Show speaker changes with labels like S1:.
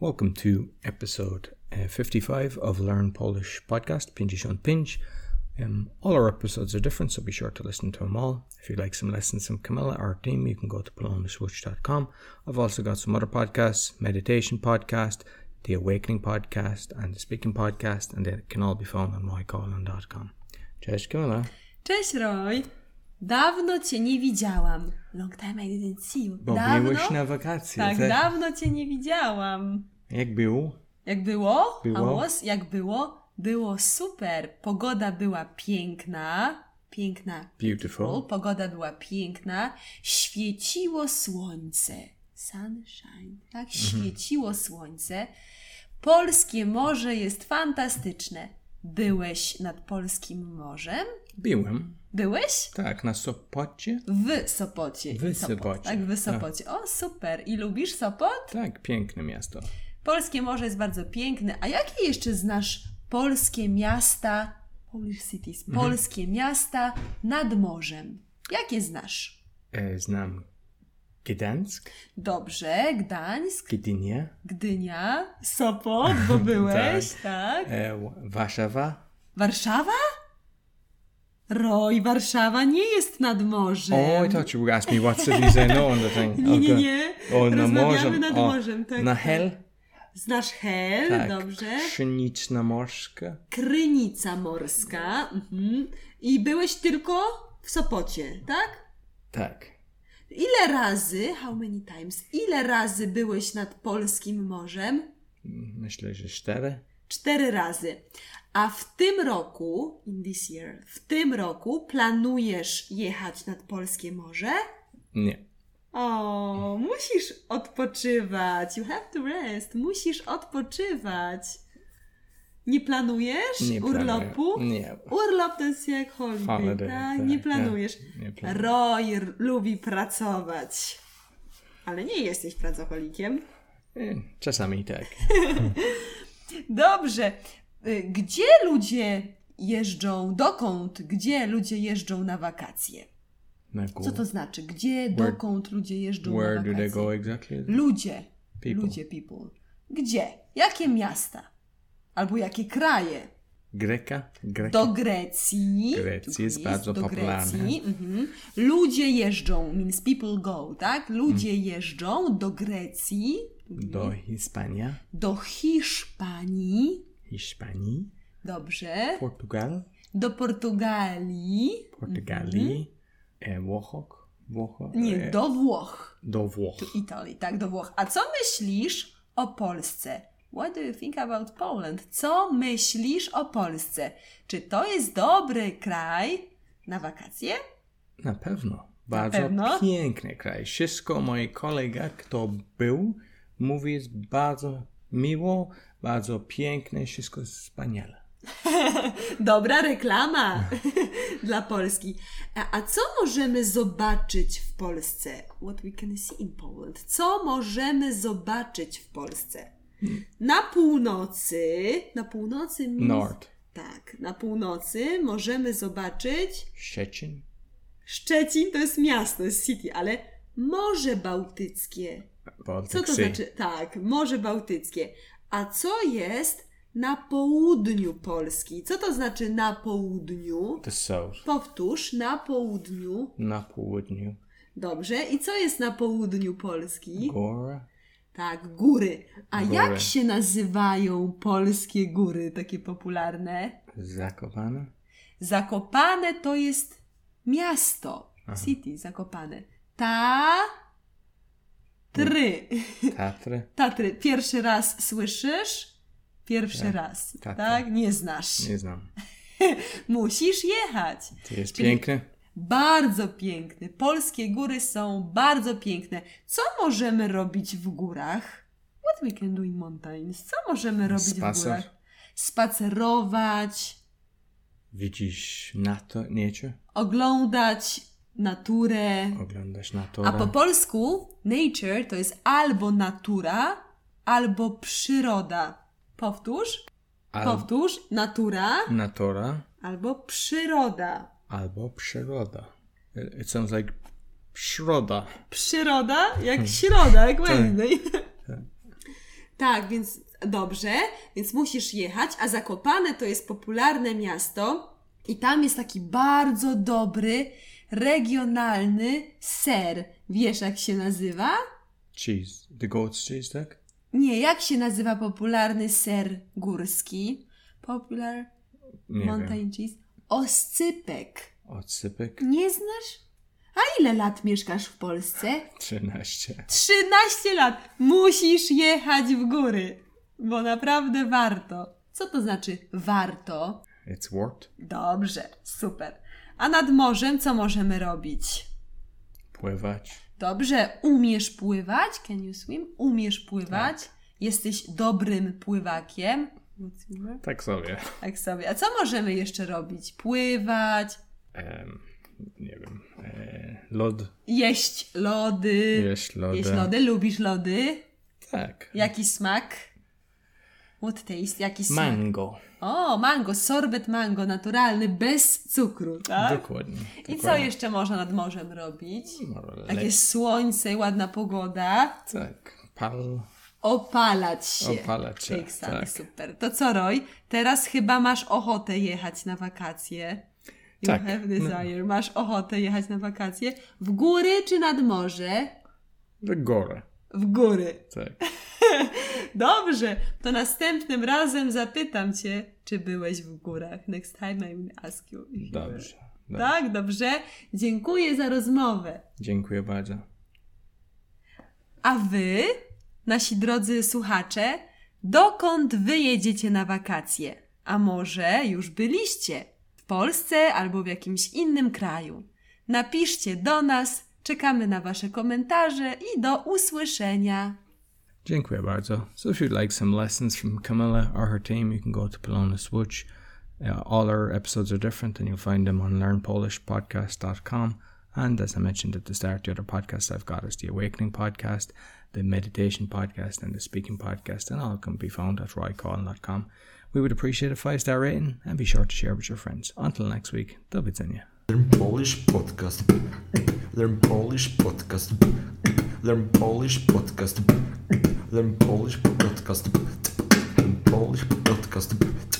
S1: Welcome to episode uh, 55 of Learn Polish podcast, Pingish on Pinch. Um, all our episodes are different, so be sure to listen to them all. If you'd like some lessons from Camilla, our team, you can go to polonaswitch.com. I've also got some other podcasts, meditation podcast, the awakening podcast, and the speaking podcast, and they can all be found on mycolon.com. Cześć Camilla.
S2: Cześć Roy! Dawno cię nie widziałam. Long time I didn't see you.
S1: Bo
S2: dawno?
S1: byłeś na wakacje.
S2: tak, dawno cię nie widziałam.
S1: Jak było?
S2: Jak było?
S1: Było.
S2: A was, jak było? Było super. Pogoda była piękna. Piękna.
S1: Beautiful.
S2: Pogoda była piękna. Świeciło słońce. Sunshine. Tak,
S1: Mhm.
S2: świeciło słońce. Polskie morze jest fantastyczne. Byłeś nad polskim morzem?
S1: Byłem.
S2: Byłeś?
S1: Tak, na Sopocie.
S2: W Sopocie.
S1: W
S2: i Sopot,
S1: Sopocie.
S2: Tak, w
S1: Tak.
S2: Sopocie. O, super. I lubisz Sopot?
S1: Tak, piękne miasto.
S2: Polskie morze jest bardzo piękne. A jakie jeszcze znasz polskie miasta, Polish cities,
S1: Mhm.
S2: polskie miasta nad morzem? Jakie znasz?
S1: E, Znam Gdańsk,
S2: Dobrze, Gdańsk,
S1: Gdynia,
S2: Gdynia, Sopot, bo byłeś, tak.
S1: e, Wa- Warszawa.
S2: Warszawa? Roj, Warszawa nie jest nad morzem.
S1: Oh, I thought you were asking me what cities I know No, on the thing.
S2: Nie, nie,
S1: Okay.
S2: nie.
S1: O, na
S2: Rozmawiamy
S1: morzem.
S2: nad
S1: o,
S2: morzem, tak.
S1: Na
S2: tak.
S1: Hel,
S2: Znasz Hel,
S1: tak.
S2: dobrze.
S1: Krzyniczna Morska.
S2: Krynica morska. Mhm. I byłeś tylko w Sopocie, tak?
S1: Tak.
S2: Ile razy, how many times, ile razy byłeś nad polskim morzem?
S1: Myślę, że cztery.
S2: Cztery razy. A w tym roku, in this year, w tym roku planujesz jechać nad polskie morze?
S1: Nie.
S2: O, musisz odpoczywać. You have to rest. Musisz odpoczywać. Nie planujesz
S1: nie planuję.
S2: urlopu?
S1: Nie.
S2: Urlop to jest jak holiday,
S1: Holiday,
S2: tak?
S1: tak,
S2: Nie planujesz.
S1: Nie, nie planuję.
S2: Roy r- lubi pracować. Ale nie jesteś pracocholikiem.
S1: E, Czasami tak.
S2: Dobrze. Y, Gdzie ludzie jeżdżą, dokąd, gdzie ludzie jeżdżą na wakacje?
S1: Na
S2: Co to znaczy? Gdzie, dokąd ludzie jeżdżą na
S1: Where do
S2: wakacje?
S1: they go exactly?
S2: Ludzie.
S1: People.
S2: Ludzie, people. Gdzie? Jakie miasta? Albo jakie kraje?
S1: Greka? Greka.
S2: Do Grecji.
S1: Grecji
S2: Tu
S1: jest bardzo
S2: do
S1: popularne.
S2: Grecji. Mhm. Ludzie jeżdżą, means people go, tak? Ludzie jeżdżą do Grecji,
S1: Mhm. Do Hispania.
S2: do Hiszpanii,
S1: Hiszpanii.
S2: dobrze,
S1: Portugal.
S2: do Portugalii,
S1: Portugalii, e, Włochok, Włocho,
S2: Mhm. nie,
S1: e,
S2: do Włoch,
S1: do Włoch.
S2: do Italii, tak, do Włoch. A co myślisz o Polsce? What do you think about Poland? Co myślisz o Polsce? Czy to jest dobry kraj na wakacje?
S1: Na pewno. Bardzo
S2: pewno?
S1: piękny kraj. Wszystko moi kolega, kto był, mówi jest bardzo miło, bardzo piękne, wszystko jest wspaniale.
S2: Dobra reklama dla Polski. A, a co możemy zobaczyć w Polsce? What we can see in Poland. Co możemy zobaczyć w Polsce? Na północy, na północy means-
S1: Nord,
S2: Tak, na północy możemy zobaczyć
S1: Szczecin,
S2: Szczecin to jest miasto, jest city, ale Morze Bałtyckie.
S1: Baltic
S2: Co to
S1: Sea.
S2: znaczy? Tak, Morze Bałtyckie. A co jest na południu Polski? Co to znaczy na południu?
S1: The South.
S2: Powtórz, na południu.
S1: Na południu.
S2: Dobrze. I co jest na południu Polski?
S1: Góra.
S2: Tak, góry. A
S1: Góry.
S2: jak się nazywają polskie góry, takie popularne?
S1: Zakopane.
S2: Zakopane to jest miasto.
S1: Aha.
S2: City, Zakopane. Ta... Try.
S1: Tatry.
S2: Tatry, pierwszy raz słyszysz? Pierwszy
S1: Tak.
S2: raz,
S1: Tatry.
S2: tak? Nie znasz.
S1: Nie znam.
S2: Musisz jechać.
S1: To jest
S2: Czyli-
S1: piękne.
S2: Bardzo piękny. Polskie góry są bardzo piękne. Co możemy robić w górach? What we can do in mountains? Co możemy robić w
S1: Spacer.
S2: górach? Spacerować,
S1: Widzisz nato, nature.
S2: oglądać naturę.
S1: Oglądasz naturę.
S2: A po polsku nature to jest albo natura, albo przyroda. Powtórz,
S1: Al-
S2: powtórz, natura
S1: natura.
S2: albo przyroda.
S1: Albo przyroda. It it sounds like przyroda. Tak,
S2: Przyroda jak środa, jak Wednesday. Tak, więc dobrze, więc musisz jechać, a Zakopane to jest popularne miasto i tam jest taki bardzo dobry, regionalny ser. Wiesz, jak się nazywa?
S1: Cheese. The goat's cheese, tak?
S2: Nie, jak się nazywa popularny ser górski? Popular
S1: Nie wiem.
S2: mountain cheese? Oscypek.
S1: Odsypek?
S2: Nie znasz? A ile lat mieszkasz w Polsce?
S1: 13.
S2: 13 lat! Musisz jechać w góry, bo naprawdę warto. Co to znaczy warto?
S1: It's worth
S2: Dobrze, super. A nad morzem co możemy robić?
S1: pływać.
S2: Dobrze, umiesz pływać? Can you swim? Umiesz pływać? Jesteś dobrym pływakiem?
S1: Tak sobie.
S2: Tak sobie. A co możemy jeszcze robić? Pływać,
S1: Em, nie wiem. E, lod.
S2: jeść lody.
S1: Jeść lody.
S2: Y, Jeść lody, lubisz lody?
S1: Tak.
S2: Jaki smak? What taste? Jaki smak?
S1: Mango.
S2: O, mango, sorbet mango, naturalny, bez cukru, tak?
S1: Dokładnie.
S2: I co
S1: dokładnie.
S2: jeszcze można nad morzem robić?
S1: Może
S2: Jak
S1: le-
S2: jest słońce i ładna pogoda,
S1: Tak. Pal.
S2: opalać się.
S1: Opalać się,
S2: Piksany,
S1: tak.
S2: super. To co, Roy? Teraz chyba masz ochotę jechać na wakacje. You
S1: Tak.
S2: have desire. Masz ochotę jechać na wakacje. W góry czy nad morze?
S1: Do góry.
S2: W góry.
S1: Tak.
S2: Dobrze, to następnym razem zapytam cię, czy byłeś w górach. Next time I will ask you. if you were.
S1: Dobrze. Dobrze.
S2: Tak, dobrze. Dziękuję za rozmowę.
S1: Dziękuję bardzo.
S2: A wy, nasi drodzy słuchacze, dokąd wy jedziecie na wakacje? A może już byliście w Polsce albo w jakimś innym kraju? Napiszcie do nas, czekamy na wasze komentarze i do usłyszenia.
S1: Dziękuję bardzo. So if you'd like some lessons from Camilla or her team, you can go to Polona Switch. Uh, all our episodes are different and you'll find them on learnpolishpodcast.com. And as I mentioned at the start, the other podcasts I've got is the Awakening Podcast, the Meditation Podcast, and the Speaking Podcast, and all can be found at roycolin.com. We would appreciate a five star rating and be sure to share with your friends. Until next week, do widzenia.
S3: Learn Polish podcast. Learn Polish podcast. Learn Polish podcast. Learn Polish podcast. Learn Polish podcast.